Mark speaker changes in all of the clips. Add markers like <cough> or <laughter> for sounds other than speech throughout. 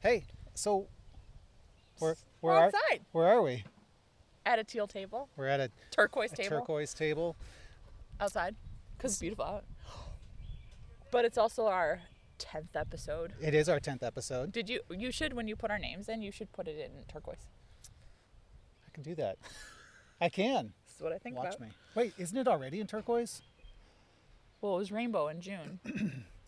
Speaker 1: Hey, so where
Speaker 2: We're
Speaker 1: where are
Speaker 2: outside.
Speaker 1: where are we?
Speaker 2: At a teal table,
Speaker 1: We're at a,
Speaker 2: turquoise
Speaker 1: a
Speaker 2: table,
Speaker 1: turquoise table.
Speaker 2: outside, because it's beautiful out. But it's also our tenth episode.
Speaker 1: It is our tenth episode.
Speaker 2: Did you? You should when you put our names in, you should put it in turquoise.
Speaker 1: I can
Speaker 2: <laughs>
Speaker 1: do that. I can.
Speaker 2: This is what I think
Speaker 1: Watch
Speaker 2: about.
Speaker 1: me. Wait, isn't it already in turquoise?
Speaker 2: Well, it was rainbow in
Speaker 1: <coughs>
Speaker 2: June.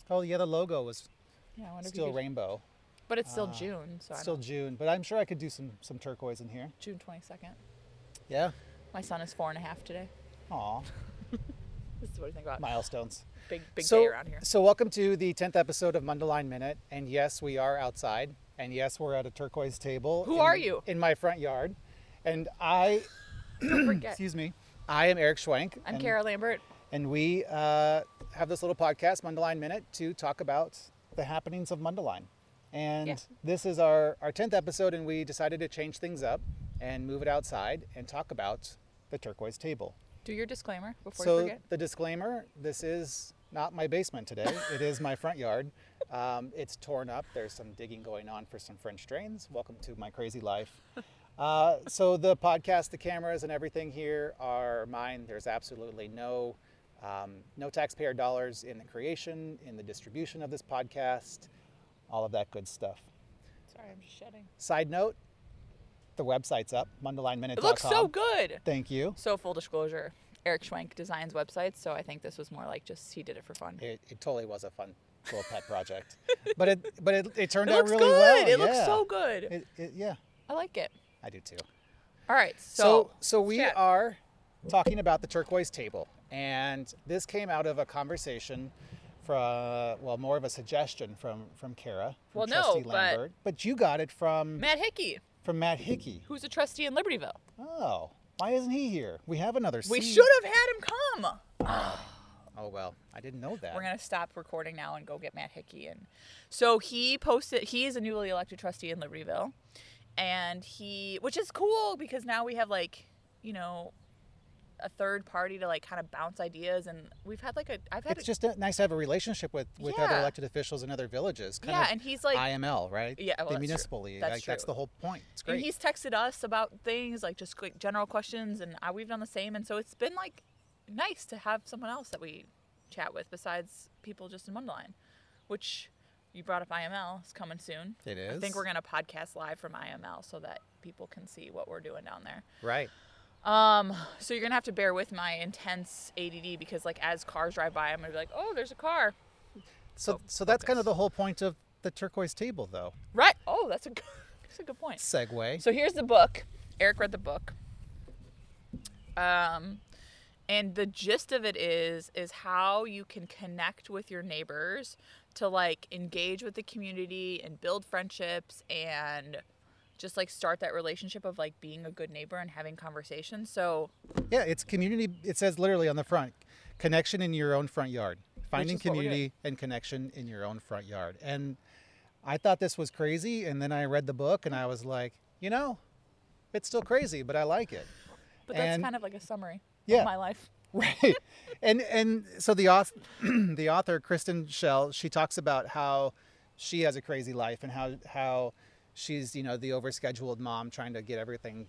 Speaker 1: Oh yeah, the logo was
Speaker 2: Yeah, I wonder if
Speaker 1: still
Speaker 2: you could-
Speaker 1: rainbow.
Speaker 2: But it's still June, so
Speaker 1: Still June, but I'm sure I could do some some turquoise in here.
Speaker 2: June twenty second.
Speaker 1: Yeah.
Speaker 2: My son is four and a half today.
Speaker 1: Aw,
Speaker 2: This is what I think about.
Speaker 1: milestones.
Speaker 2: big big
Speaker 1: so,
Speaker 2: day around
Speaker 1: <coughs>
Speaker 2: here.
Speaker 1: So welcome to the tenth episode of Mundaline Minute. And yes, we are outside. And yes, we're at a turquoise table.
Speaker 2: Who
Speaker 1: in-
Speaker 2: are you?
Speaker 1: In my front yard. And I
Speaker 2: Don't forget.
Speaker 1: excuse me. I am Eric Schwank.
Speaker 2: I'm
Speaker 1: and-
Speaker 2: Kara Lambert.
Speaker 1: And we uh, have this little podcast, Mundaline Minute, to talk about the happenings of Mundaline. And
Speaker 2: Yeah.
Speaker 1: this is our, our 10th episode, and we decided to change things up and move it outside and talk about the turquoise table.
Speaker 2: Do your disclaimer before
Speaker 1: so,
Speaker 2: you forget.
Speaker 1: the disclaimer this is not my basement today, it is my front
Speaker 2: <laughs>
Speaker 1: yard. Um, it's torn up, there's some digging going on for some French drains. Welcome to my
Speaker 2: <laughs>
Speaker 1: crazy life. Uh, so the podcast, the cameras, and everything here are mine. There's absolutely no um, no taxpayer dollars in the creation, in the distribution of this podcast, all of that good stuff.
Speaker 2: Sorry, I'm just shedding.
Speaker 1: Side note: the website's up, mundalineminute.com.
Speaker 2: It looks so good.
Speaker 1: Thank you.
Speaker 2: So full disclosure, Eric Schwenk designs websites, so I think this was more like just he did it for fun. It,
Speaker 1: It, it totally was a fun little
Speaker 2: <laughs>
Speaker 1: pet project, but it but it, it turned out
Speaker 2: looks
Speaker 1: really
Speaker 2: good.
Speaker 1: well.
Speaker 2: it looks
Speaker 1: yeah.
Speaker 2: so good.
Speaker 1: It, it, yeah,
Speaker 2: I like it.
Speaker 1: I do too.
Speaker 2: All right,
Speaker 1: So,
Speaker 2: so
Speaker 1: so, we
Speaker 2: chat.
Speaker 1: are talking about the turquoise table, and this came out of a conversation from, well, more of a suggestion from from Kara, from
Speaker 2: Well, no,
Speaker 1: Trustee
Speaker 2: but-
Speaker 1: Lambert. But, you got it from
Speaker 2: Matt Hickey,
Speaker 1: from Matt Hickey.
Speaker 2: who's a trustee in Libertyville,
Speaker 1: Oh, why isn't he here? We have another.
Speaker 2: we
Speaker 1: seat.
Speaker 2: should have had him come.
Speaker 1: Oh well, I didn't know that.
Speaker 2: We're gonna stop recording now and go get Matt Hickey. And so he posted. He is a newly elected trustee in Libertyville, and he, which is cool because now we have like, you know, a third party to like kind of bounce ideas. And we've had like a, I've had
Speaker 1: It's just uh, nice to have a relationship with with other
Speaker 2: Yeah.
Speaker 1: elected officials in other villages. Kind
Speaker 2: yeah,
Speaker 1: of
Speaker 2: and he's like,
Speaker 1: IML, right?
Speaker 2: Yeah, well, that's
Speaker 1: the
Speaker 2: true.
Speaker 1: municipal league.
Speaker 2: That's
Speaker 1: like, that's
Speaker 2: true.
Speaker 1: the whole point. It's
Speaker 2: and
Speaker 1: great.
Speaker 2: he's texted us about things like just quick general questions, and I, we've done the same. And so it's been like nice to have someone else that we chat with besides people just in Mundelein, which you brought up IML is coming soon.
Speaker 1: It
Speaker 2: I
Speaker 1: is.
Speaker 2: think we're gonna podcast live from IML so that people can see what we're doing down there.
Speaker 1: right.
Speaker 2: Um, so you're gonna have to bear with my intense ADD because like as cars drive by, I'm gonna be like, oh, there's a car.
Speaker 1: So
Speaker 2: Oh,
Speaker 1: so that's kind of the whole point of the turquoise table, though.
Speaker 2: Right. Oh, that's a good, <laughs> that's a good point.
Speaker 1: Segue.
Speaker 2: So here's the book. Eric read the book. Um, and the gist of it is is how you can connect with your neighbors to like engage with the community and build friendships and just like start that relationship of like being a good neighbor and having conversations. So
Speaker 1: Yeah, it's community. It says literally on the front, connection in your own front yard. Finding
Speaker 2: is what we're doing.
Speaker 1: community and connection in your own front yard. And I thought this was crazy, and then I read the book, and I was like, you know, it's still crazy, but I like it.
Speaker 2: but that's
Speaker 1: And-
Speaker 2: kind of like a summary
Speaker 1: Yeah.
Speaker 2: of my life. <laughs>
Speaker 1: right and and so the author <clears throat> the author kristen shell she talks about how she has a crazy life and how how she's you know the overscheduled mom trying to get everything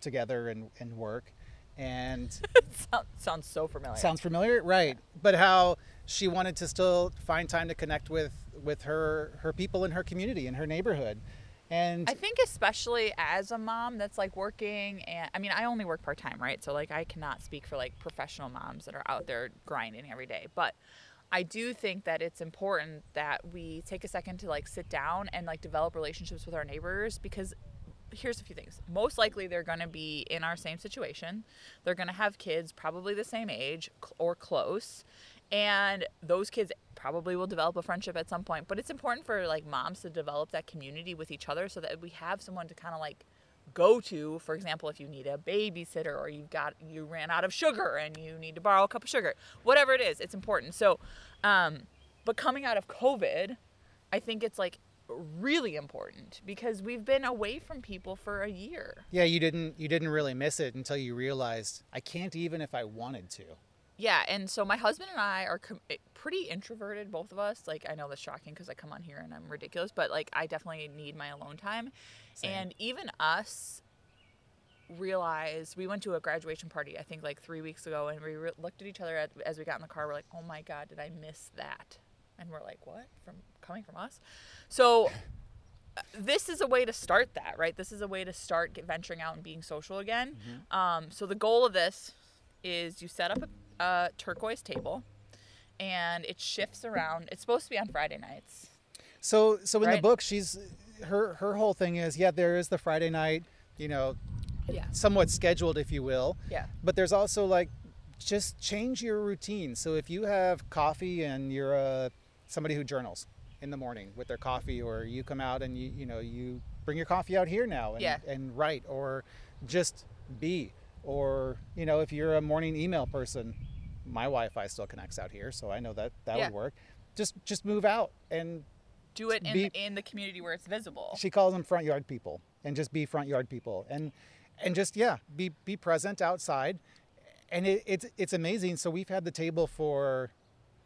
Speaker 1: together and and work and
Speaker 2: Sound, sounds so familiar.
Speaker 1: sounds familiar right but how she wanted to still find time to connect with with her her people in her community in her neighborhood and
Speaker 2: I think especially as a mom that's like working and I mean I only work part time, right? So like I cannot speak for like professional moms that are out there grinding every day, but I do think that it's important that we take a second to like sit down and like develop relationships with our neighbors because here's a few things. Most likely they're going to be in our same situation. They're going to have kids probably the same age cl- or close. And those kids probably will develop a friendship at some point, but it's important for like moms to develop that community with each other so that we have someone to kind of like go to, for example, if you need a babysitter or you got you ran out of sugar and you need to borrow a cup of sugar. Whatever it is, it's important. So, um but coming out of COVID, I think it's like really important because we've been away from people for a year.
Speaker 1: yeah you didn't you didn't really miss it until you realized i can't even if i wanted to
Speaker 2: yeah, and so my husband and I are com- eh, pretty introverted, both of us. Like, I know that's shocking because I come on here and I'm ridiculous, but like, I definitely need my alone time.
Speaker 1: Same.
Speaker 2: And even us realized we went to a graduation party, I think like three weeks ago, and we re- looked at each other at, as we got in the car. We're like, oh my God, did I miss that? And we're like, what? From coming from us? So this is a way to start that, right? This is a way to start get venturing out and being social again. Um, so the goal of this is you set up a, a turquoise table, and it shifts around. It's supposed to be on Friday nights.
Speaker 1: So so in the
Speaker 2: Right.
Speaker 1: book, she's her her whole thing is yeah, there is the Friday night, you know,
Speaker 2: Yeah.
Speaker 1: somewhat scheduled, if you will.
Speaker 2: Yeah.
Speaker 1: But there's also like just change your routine. So if you have coffee and you're uh, somebody who journals in the morning with their coffee, or you come out and you you know you bring your coffee out here now and,
Speaker 2: Yeah.
Speaker 1: and write, or just be, or you know if you're a morning email person, my Wi-Fi still connects out here, so I know that that
Speaker 2: Yeah.
Speaker 1: would work. Just just move out and
Speaker 2: Do it in,
Speaker 1: Be-
Speaker 2: in the community where it's visible.
Speaker 1: she calls them front yard people and just be front yard people and and just yeah be be present outside and it, it's it's amazing so we've had the table for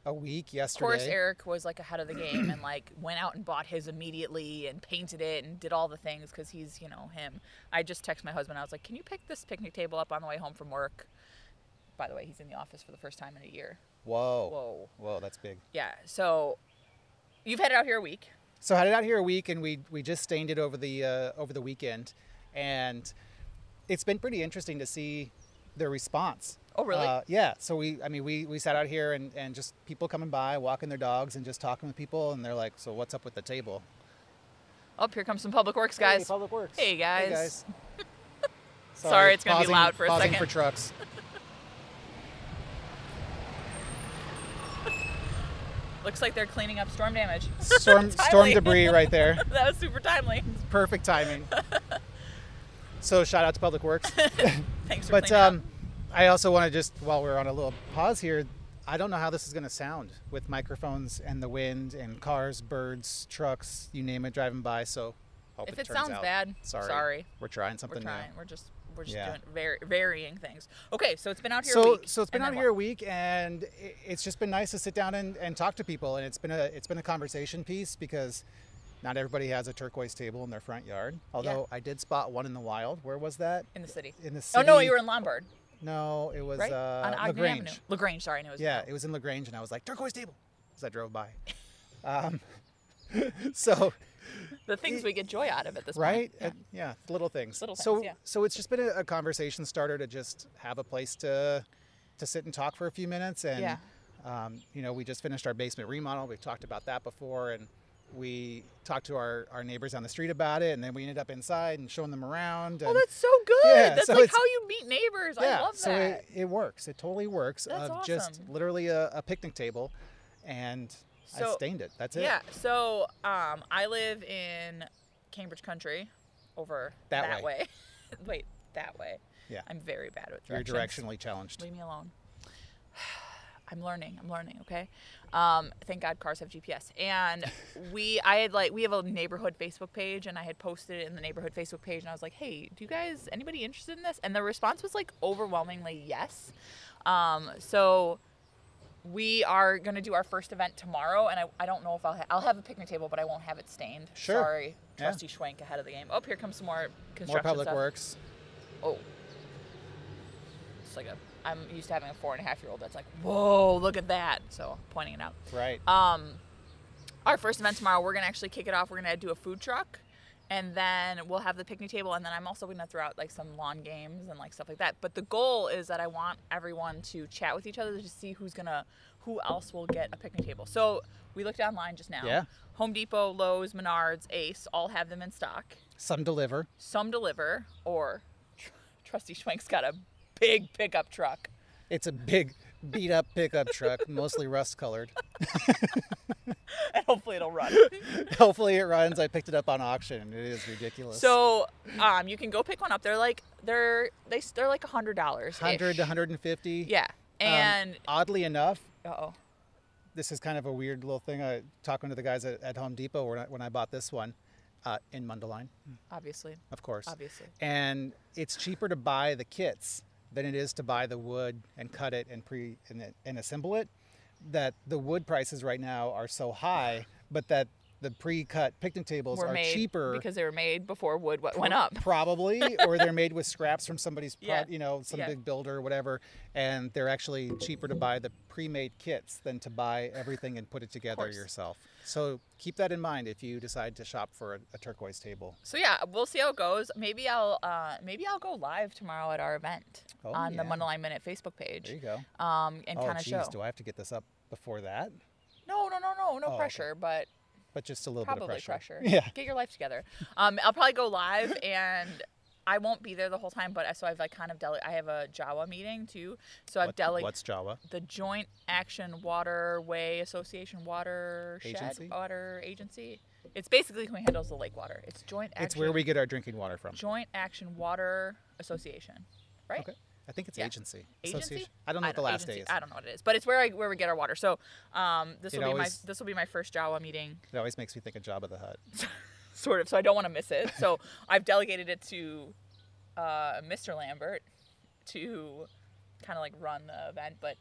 Speaker 1: a week
Speaker 2: Of
Speaker 1: yesterday
Speaker 2: course, Eric was like ahead of the game and like went out and bought his immediately and painted it and did all the things because he's, you know, him. I just texted my husband. I was like, can you pick this picnic table up on the way home from work? By the way, he's in the office for the first time in a year.
Speaker 1: whoa
Speaker 2: Whoa.
Speaker 1: whoa that's big
Speaker 2: Yeah. So you've had it out here a week.
Speaker 1: so I had it out here a week and we we just stained it over the uh, over the weekend and it's been pretty interesting to see their response
Speaker 2: Oh, really?
Speaker 1: Uh, yeah so we i mean we we sat out here and and just people coming by walking their dogs and just talking with people and they're like so what's up with the table
Speaker 2: Oh, here comes some public works guys.
Speaker 1: Hey, Public Works.
Speaker 2: Hey, guys. <laughs>
Speaker 1: Sorry,
Speaker 2: it's gonna be
Speaker 1: pausing-
Speaker 2: loud for a
Speaker 1: pausing
Speaker 2: second.
Speaker 1: for
Speaker 2: <laughs>
Speaker 1: trucks.
Speaker 2: Looks like they're cleaning up storm damage. <laughs>
Speaker 1: Storm, storm
Speaker 2: Timely.
Speaker 1: debris
Speaker 2: <laughs>
Speaker 1: right there.
Speaker 2: that was super timely. <laughs>
Speaker 1: Perfect timing. So shout out to
Speaker 2: <laughs>
Speaker 1: Public Works.
Speaker 2: Thanks for
Speaker 1: But
Speaker 2: cleaning
Speaker 1: um,
Speaker 2: up.
Speaker 1: I also want to just, while we're on a little pause here, I don't know how this is going to sound with microphones and the wind and cars, birds, trucks, you name it, driving by. So hope
Speaker 2: If
Speaker 1: it
Speaker 2: it
Speaker 1: turns
Speaker 2: sounds
Speaker 1: out.
Speaker 2: bad,
Speaker 1: sorry.
Speaker 2: sorry.
Speaker 1: We're trying
Speaker 2: We're
Speaker 1: something
Speaker 2: trying.
Speaker 1: new.
Speaker 2: We're just we're just
Speaker 1: Yeah.
Speaker 2: doing var- varying things. Okay, so it's been out here. a
Speaker 1: so
Speaker 2: week,
Speaker 1: so it's been
Speaker 2: and
Speaker 1: out
Speaker 2: then
Speaker 1: here a
Speaker 2: what?
Speaker 1: week and it, it's just been nice to sit down and, and talk to people and it's been a it's been a conversation piece because not everybody has a turquoise table in their front yard although i did spot one in the wild where was that
Speaker 2: in the city.
Speaker 1: in the
Speaker 2: Oh no,
Speaker 1: city-
Speaker 2: you were in Lombard,
Speaker 1: no it was
Speaker 2: right?
Speaker 1: uh,
Speaker 2: On Ogden
Speaker 1: lagrange
Speaker 2: Avenue. Lagrange, sorry, and it was
Speaker 1: yeah it was in lagrange and i was like turquoise table as i drove by um, <laughs> so
Speaker 2: the things we get joy out of at this
Speaker 1: right
Speaker 2: point. Yeah.
Speaker 1: Uh, yeah. little things
Speaker 2: Little
Speaker 1: so
Speaker 2: things, yeah.
Speaker 1: so it's just been a, a conversation starter to just have a place to to sit and talk for a few minutes and
Speaker 2: Yeah.
Speaker 1: um, you know we just finished our basement remodel we've talked about that before and we talked to our, our neighbors on the street about it and then we ended up inside and showing them around and
Speaker 2: Oh, that's so good.
Speaker 1: Yeah,
Speaker 2: that's
Speaker 1: so
Speaker 2: like
Speaker 1: it's-
Speaker 2: how you meet neighbors.
Speaker 1: yeah
Speaker 2: I love
Speaker 1: so
Speaker 2: that.
Speaker 1: it, it works it totally works
Speaker 2: That's
Speaker 1: of just
Speaker 2: awesome.
Speaker 1: literally a, a picnic table and i
Speaker 2: So-
Speaker 1: stained it that's it
Speaker 2: Yeah. So um, I live in Cambridge Country, over
Speaker 1: That way.
Speaker 2: way. <laughs> Wait, that way.
Speaker 1: Yeah.
Speaker 2: I'm very bad with
Speaker 1: you're
Speaker 2: directions.
Speaker 1: directionally challenged
Speaker 2: Leave me alone. <sighs> I'm learning. I'm learning. Okay. Um, thank God cars have GPS.
Speaker 1: <laughs>
Speaker 2: And we, I had like, we have a neighborhood Facebook page, and I had posted it in the neighborhood Facebook page, and I was like, hey, do you guys, anybody interested in this? And the response was like overwhelmingly yes. Um, so we are going to do our first event tomorrow, and I, I don't know if I'll, ha- I'll have a picnic table, but I won't have it stained.
Speaker 1: Sure.
Speaker 2: Sorry,
Speaker 1: Yeah.
Speaker 2: trusty Schwank ahead of the game. Oh, here comes some more construction
Speaker 1: more public
Speaker 2: stuff.
Speaker 1: works
Speaker 2: Oh. It's like a. I'm used to having a four and a half year old that's like, whoa, look at that. So pointing it out.
Speaker 1: right
Speaker 2: Um, our first event tomorrow, we're gonna actually kick it off. We're gonna do a food truck, and then we'll have the picnic table, and then I'm also gonna throw out like some lawn games and like stuff like that. But the goal is that I want everyone to chat with each other to see who's gonna, who else will get a picnic table. So we looked online just now.
Speaker 1: Yeah.
Speaker 2: Home Depot, Lowe's, Menards, Ace, all have them in stock
Speaker 1: some deliver
Speaker 2: some deliver, or <laughs> tr- Trusty Schwenk's got a big pickup truck.
Speaker 1: It's a big beat up pickup truck, mostly rust colored.
Speaker 2: And hopefully it'll run.
Speaker 1: <laughs> Hopefully it runs. I picked it up on auction and it is ridiculous.
Speaker 2: so um, you can go pick one up. They're like they're they s- they're like a hundred dollars.
Speaker 1: 100 to 150.
Speaker 2: Yeah.
Speaker 1: Um,
Speaker 2: And
Speaker 1: oddly enough,
Speaker 2: oh
Speaker 1: this is kind of a weird little thing. I talking to the guys at, at Home Depot when I, when I bought this one uh, in Mundelein,
Speaker 2: obviously.
Speaker 1: of course.
Speaker 2: Obviously.
Speaker 1: And it's cheaper to buy the kits than it is to buy the wood and cut it and pre and, it- and assemble it. That the wood prices right now are so high, but that the pre-cut picnic tables
Speaker 2: were
Speaker 1: are
Speaker 2: made
Speaker 1: cheaper
Speaker 2: because they were made before wood what went up.
Speaker 1: probably or they're made with scraps from
Speaker 2: <laughs>
Speaker 1: somebody's pro-
Speaker 2: Yeah.
Speaker 1: you know some
Speaker 2: Yeah.
Speaker 1: big builder or whatever and they're actually cheaper to buy the pre-made kits than to buy everything and put it together
Speaker 2: course.
Speaker 1: yourself so keep that in mind if you decide to shop for a, a turquoise table
Speaker 2: So yeah, we'll see how it goes. Maybe I'll uh, maybe I'll go live tomorrow at our event
Speaker 1: Oh,
Speaker 2: on the
Speaker 1: yeah.
Speaker 2: Moneyline Minute Facebook page.
Speaker 1: there you go
Speaker 2: Um, and
Speaker 1: oh
Speaker 2: kind of show.
Speaker 1: jeez do i have to get this up before that
Speaker 2: No, no, no, no, no
Speaker 1: okay.
Speaker 2: pressure, but
Speaker 1: but just a little
Speaker 2: probably
Speaker 1: bit of pressure,
Speaker 2: pressure.
Speaker 1: <laughs> yeah
Speaker 2: Get your life together. Um, I'll probably go live <laughs> and I won't be there the whole time, but I, so I've like kind of dele- I have a Jawa meeting too. So I've
Speaker 1: What-
Speaker 2: delegated
Speaker 1: what's java
Speaker 2: the Joint Action Waterway Association Watershed
Speaker 1: Agency?
Speaker 2: Water Agency. It's basically who handles the lake water. It's Joint Action
Speaker 1: it's where we get our drinking water from
Speaker 2: Joint Action Water Association, right?
Speaker 1: okay i think it's
Speaker 2: Yeah.
Speaker 1: agency
Speaker 2: Agency?
Speaker 1: Association- i don't know what the last
Speaker 2: agency,
Speaker 1: day is
Speaker 2: I don't know what it is, but it's where I where we get our water. So, um, this
Speaker 1: It
Speaker 2: will be
Speaker 1: always-
Speaker 2: my this will be my first Jawa meeting,
Speaker 1: it always makes me think of java the hut
Speaker 2: sort of. So I don't want to miss it.
Speaker 1: <laughs>
Speaker 2: So I've delegated it to uh, Mr. Lambert to kind of like run the event, but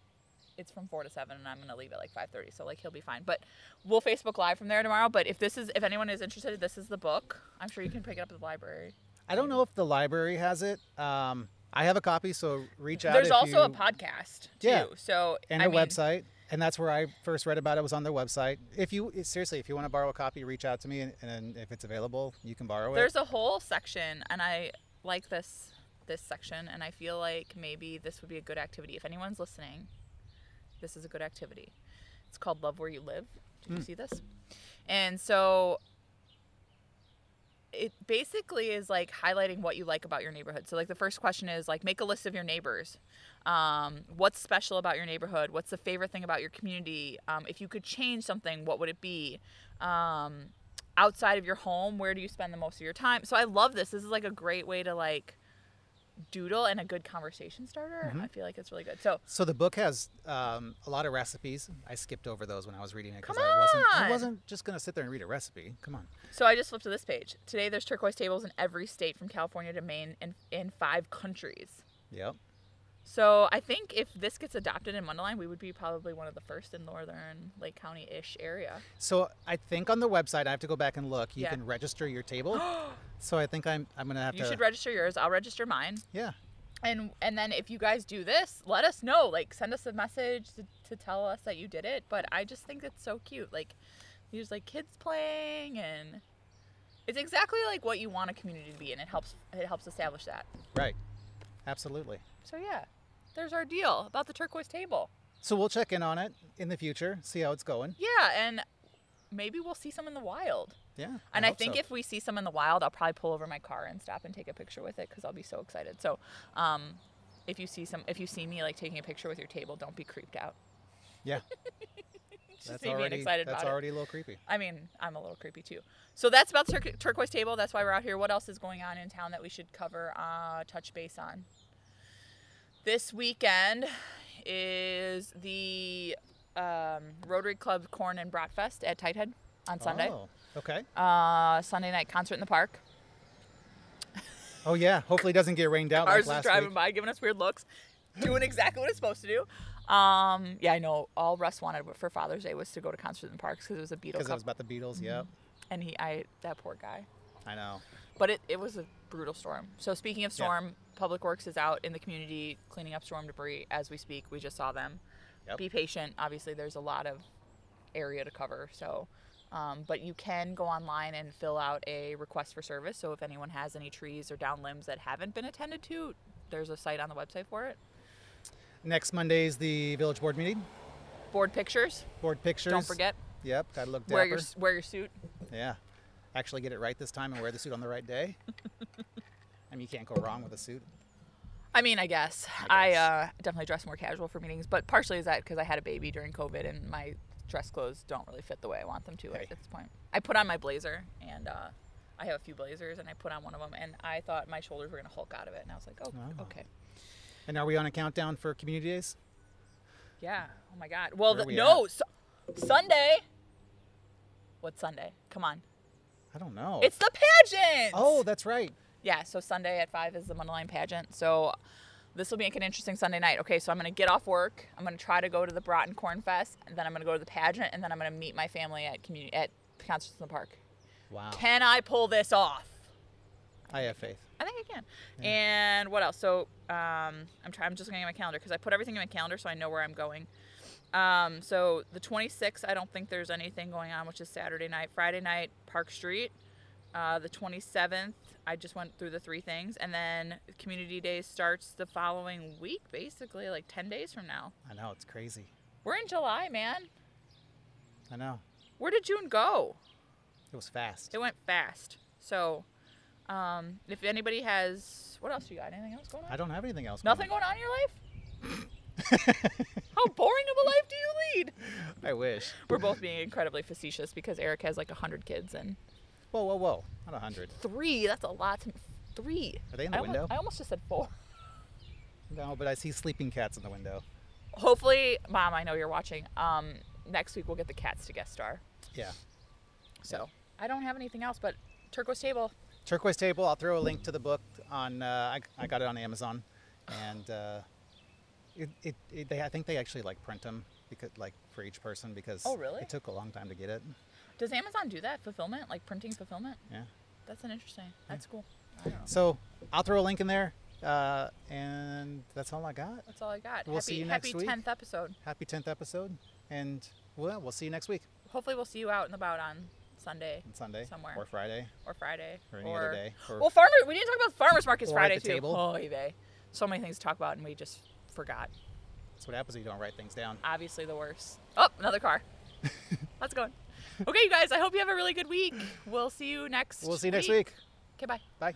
Speaker 2: it's from four to seven, and I'm gonna leave at like five thirty. So like he'll be fine. But we'll Facebook Live from there tomorrow. But if this is if anyone is interested, this is the book. I'm sure you can pick it up at the library.
Speaker 1: I don't know if the library has it. Um, I have a copy, so reach out.
Speaker 2: There's
Speaker 1: if
Speaker 2: also a
Speaker 1: you-
Speaker 2: podcast too.
Speaker 1: Yeah.
Speaker 2: So
Speaker 1: and
Speaker 2: I
Speaker 1: a
Speaker 2: mean,
Speaker 1: website, and that's where I first read about it. Was on their website. If you seriously, if you want to borrow a copy, reach out to me, and, and if it's available, you can borrow
Speaker 2: There's
Speaker 1: it.
Speaker 2: a whole section, and I like this this section, and I feel like maybe this would be a good activity. If anyone's listening, this is a good activity. It's called Love Where You Live. Did you see this? And so it basically is like highlighting what you like about your neighborhood. So like the first question is like make a list of your neighbors. Um, what's special about your neighborhood? What's the favorite thing about your community? Um, if you could change something, what would it be? Um, outside of your home, where do you spend the most of your time? So I love this. This is like a great way to like doodle and a good conversation starter. I feel like it's really good. So
Speaker 1: So the book has um, a lot of recipes. I skipped over those when I was reading it because
Speaker 2: Come
Speaker 1: I wasn't. I
Speaker 2: on!
Speaker 1: wasn't just gonna sit there and read a recipe. Come on.
Speaker 2: So I just flipped to this page. Today there's turquoise tables in every state from California to Maine in, in five countries.
Speaker 1: Yep.
Speaker 2: So I think if this gets adopted in Mundelein, we would be probably one of the first in northern Lake County-ish area.
Speaker 1: So I think on the website, I have to go back and look. You
Speaker 2: Yeah.
Speaker 1: can register
Speaker 2: <gasps>
Speaker 1: your table. so I think I'm. I'm gonna have
Speaker 2: You
Speaker 1: to.
Speaker 2: should register yours. I'll register mine.
Speaker 1: yeah.
Speaker 2: And and then if you guys do this, let us know. Like send us a message to, to tell us that you did it. But I just think it's so cute. Like there's like kids playing and it's exactly like what you want a community to be and it helps it helps establish that.
Speaker 1: Right. Absolutely.
Speaker 2: So yeah, there's our deal about the turquoise table.
Speaker 1: So we'll check in on it in the future. See how it's going.
Speaker 2: Yeah, and maybe we'll see some in the wild.
Speaker 1: Yeah.
Speaker 2: And I,
Speaker 1: hope
Speaker 2: think
Speaker 1: so.
Speaker 2: if we see some in the wild, I'll probably pull over my car and stop and take a picture with it because I'll be so excited. So, um, if you see some, if you see me like taking a picture with your table, don't be creeped out. <laughs>
Speaker 1: yeah,
Speaker 2: It's Just me being excited
Speaker 1: that's
Speaker 2: about it.
Speaker 1: already a little creepy.
Speaker 2: I mean, I'm a little creepy too. So that's about the tur- turquoise table. That's why we're out here. What else is going on in town that we should cover? Uh, touch base on. This weekend is the um, Rotary Club Corn and Brat Fest at Tighthead on Sunday.
Speaker 1: Oh, okay.
Speaker 2: Uh, Sunday night concert in the park.
Speaker 1: Oh yeah. Hopefully it doesn't get rained out
Speaker 2: Ours
Speaker 1: like
Speaker 2: is
Speaker 1: last
Speaker 2: driving
Speaker 1: week.
Speaker 2: by, giving us weird looks, doing exactly what it's supposed to do. Um, yeah, I know. All Russ wanted for Father's Day was to go to concert in the parks because it was a Beatles
Speaker 1: Because it was
Speaker 2: couple,
Speaker 1: about the Beatles. Yep.
Speaker 2: and he, I, that poor guy.
Speaker 1: I know.
Speaker 2: But it, it was a brutal storm. So speaking of
Speaker 1: Yeah.
Speaker 2: storm, Public Works is out in the community cleaning up storm debris as we speak. We just saw them.
Speaker 1: Yep.
Speaker 2: Be patient. Obviously, there's a lot of area to cover. So, um, but you can go online and fill out a request for service. So if anyone has any trees or down limbs that haven't been attended to, there's a site on the website for it.
Speaker 1: Next Monday is the village board meeting.
Speaker 2: Board pictures.
Speaker 1: Board pictures.
Speaker 2: Don't forget
Speaker 1: Yep. Gotta look dapper.
Speaker 2: wear your wear your suit.
Speaker 1: Yeah. Actually get it right this time and wear the suit on the right
Speaker 2: <laughs>
Speaker 1: day. I mean, you can't go wrong with a suit.
Speaker 2: I mean, I guess I,
Speaker 1: I guess.
Speaker 2: uh, definitely dress more casual for meetings, but partially is that because I had a baby during COVID and my dress clothes don't really fit the way I want them to
Speaker 1: Hey.
Speaker 2: at this point. I put on my blazer and uh, I have a few blazers and I put on one of them and I thought my shoulders were gonna hulk out of it and I was like, oh,
Speaker 1: Ah.
Speaker 2: okay,
Speaker 1: And are we on a countdown for community days?
Speaker 2: yeah, oh my god. Well, the,
Speaker 1: Where are we
Speaker 2: no, Su- Sunday. What Sunday? Come on,
Speaker 1: I don't know.
Speaker 2: it's the pageant.
Speaker 1: oh, that's right.
Speaker 2: yeah. So Sunday at five is the Mundelein pageant. So this will make an interesting Sunday night. Okay, so I'm going to get off work. I'm going to try to go to the Broughton Corn Fest, and then I'm going to go to the pageant, and then I'm going to meet my family at community at concerts in the park.
Speaker 1: Wow.
Speaker 2: Can I pull this off?
Speaker 1: I have faith.
Speaker 2: I think I can. And what else? So um, I'm trying. I'm just looking at my calendar because I put everything in my calendar so I know where I'm going. Um, so the 26th, I don't think there's anything going on, which is Saturday night. Friday night, Park Street. Uh, the 27th, I just went through the three things, and then Community Day starts the following week, basically like 10 days from now.
Speaker 1: I know it's crazy.
Speaker 2: We're in July, man.
Speaker 1: I know
Speaker 2: Where did June go?
Speaker 1: it was fast.
Speaker 2: It went fast. So, um, if anybody has, what else you got? Anything else going on?
Speaker 1: I don't have anything else.
Speaker 2: Nothing
Speaker 1: Going
Speaker 2: going on in your life?
Speaker 1: on.
Speaker 2: <laughs> How boring of a life do you lead?
Speaker 1: I wish.
Speaker 2: We're both being incredibly facetious because Eric has like 100 kids and
Speaker 1: Whoa, whoa, whoa! Not a hundred.
Speaker 2: three. That's a lot. To, three.
Speaker 1: Are they in the
Speaker 2: I almo-
Speaker 1: window?
Speaker 2: I almost just said four. <laughs>
Speaker 1: No, but I see sleeping cats in the window.
Speaker 2: Hopefully, Mom, I know you're watching. Um, next week we'll get the cats to guest star.
Speaker 1: Yeah.
Speaker 2: So I don't have anything else but turquoise table.
Speaker 1: Turquoise Table. I'll throw a link to the book on. Uh, I, I got it on Amazon, and uh, it, it, it, they, I think they actually like print them because like for each person because
Speaker 2: Oh, really?
Speaker 1: it took a long time to get it.
Speaker 2: Does Amazon do that fulfillment, like printing fulfillment?
Speaker 1: Yeah.
Speaker 2: That's an interesting. That's cool.
Speaker 1: So I'll throw a link in there, uh, and that's all I got.
Speaker 2: That's all I got.
Speaker 1: We'll
Speaker 2: happy
Speaker 1: see you next
Speaker 2: happy
Speaker 1: week.
Speaker 2: 10th episode.
Speaker 1: Happy tenth episode, and well, we'll see you next week
Speaker 2: Hopefully we'll see you out and about on Sunday
Speaker 1: on Sunday
Speaker 2: Somewhere.
Speaker 1: or Friday
Speaker 2: or Friday
Speaker 1: or any other day. Or
Speaker 2: Well, farmer. We didn't talk about farmers markets
Speaker 1: Or at
Speaker 2: Friday
Speaker 1: the
Speaker 2: too.
Speaker 1: table.
Speaker 2: Oh, eBay. So many things to talk about, and we just forgot.
Speaker 1: that's what happens if you don't write things down.
Speaker 2: Obviously, the worst. Oh, another car.
Speaker 1: <laughs>
Speaker 2: Let's go. Okay, you guys. I hope you have a really good week. We'll see you next.
Speaker 1: We'll see you next week.
Speaker 2: Okay, bye.
Speaker 1: Bye.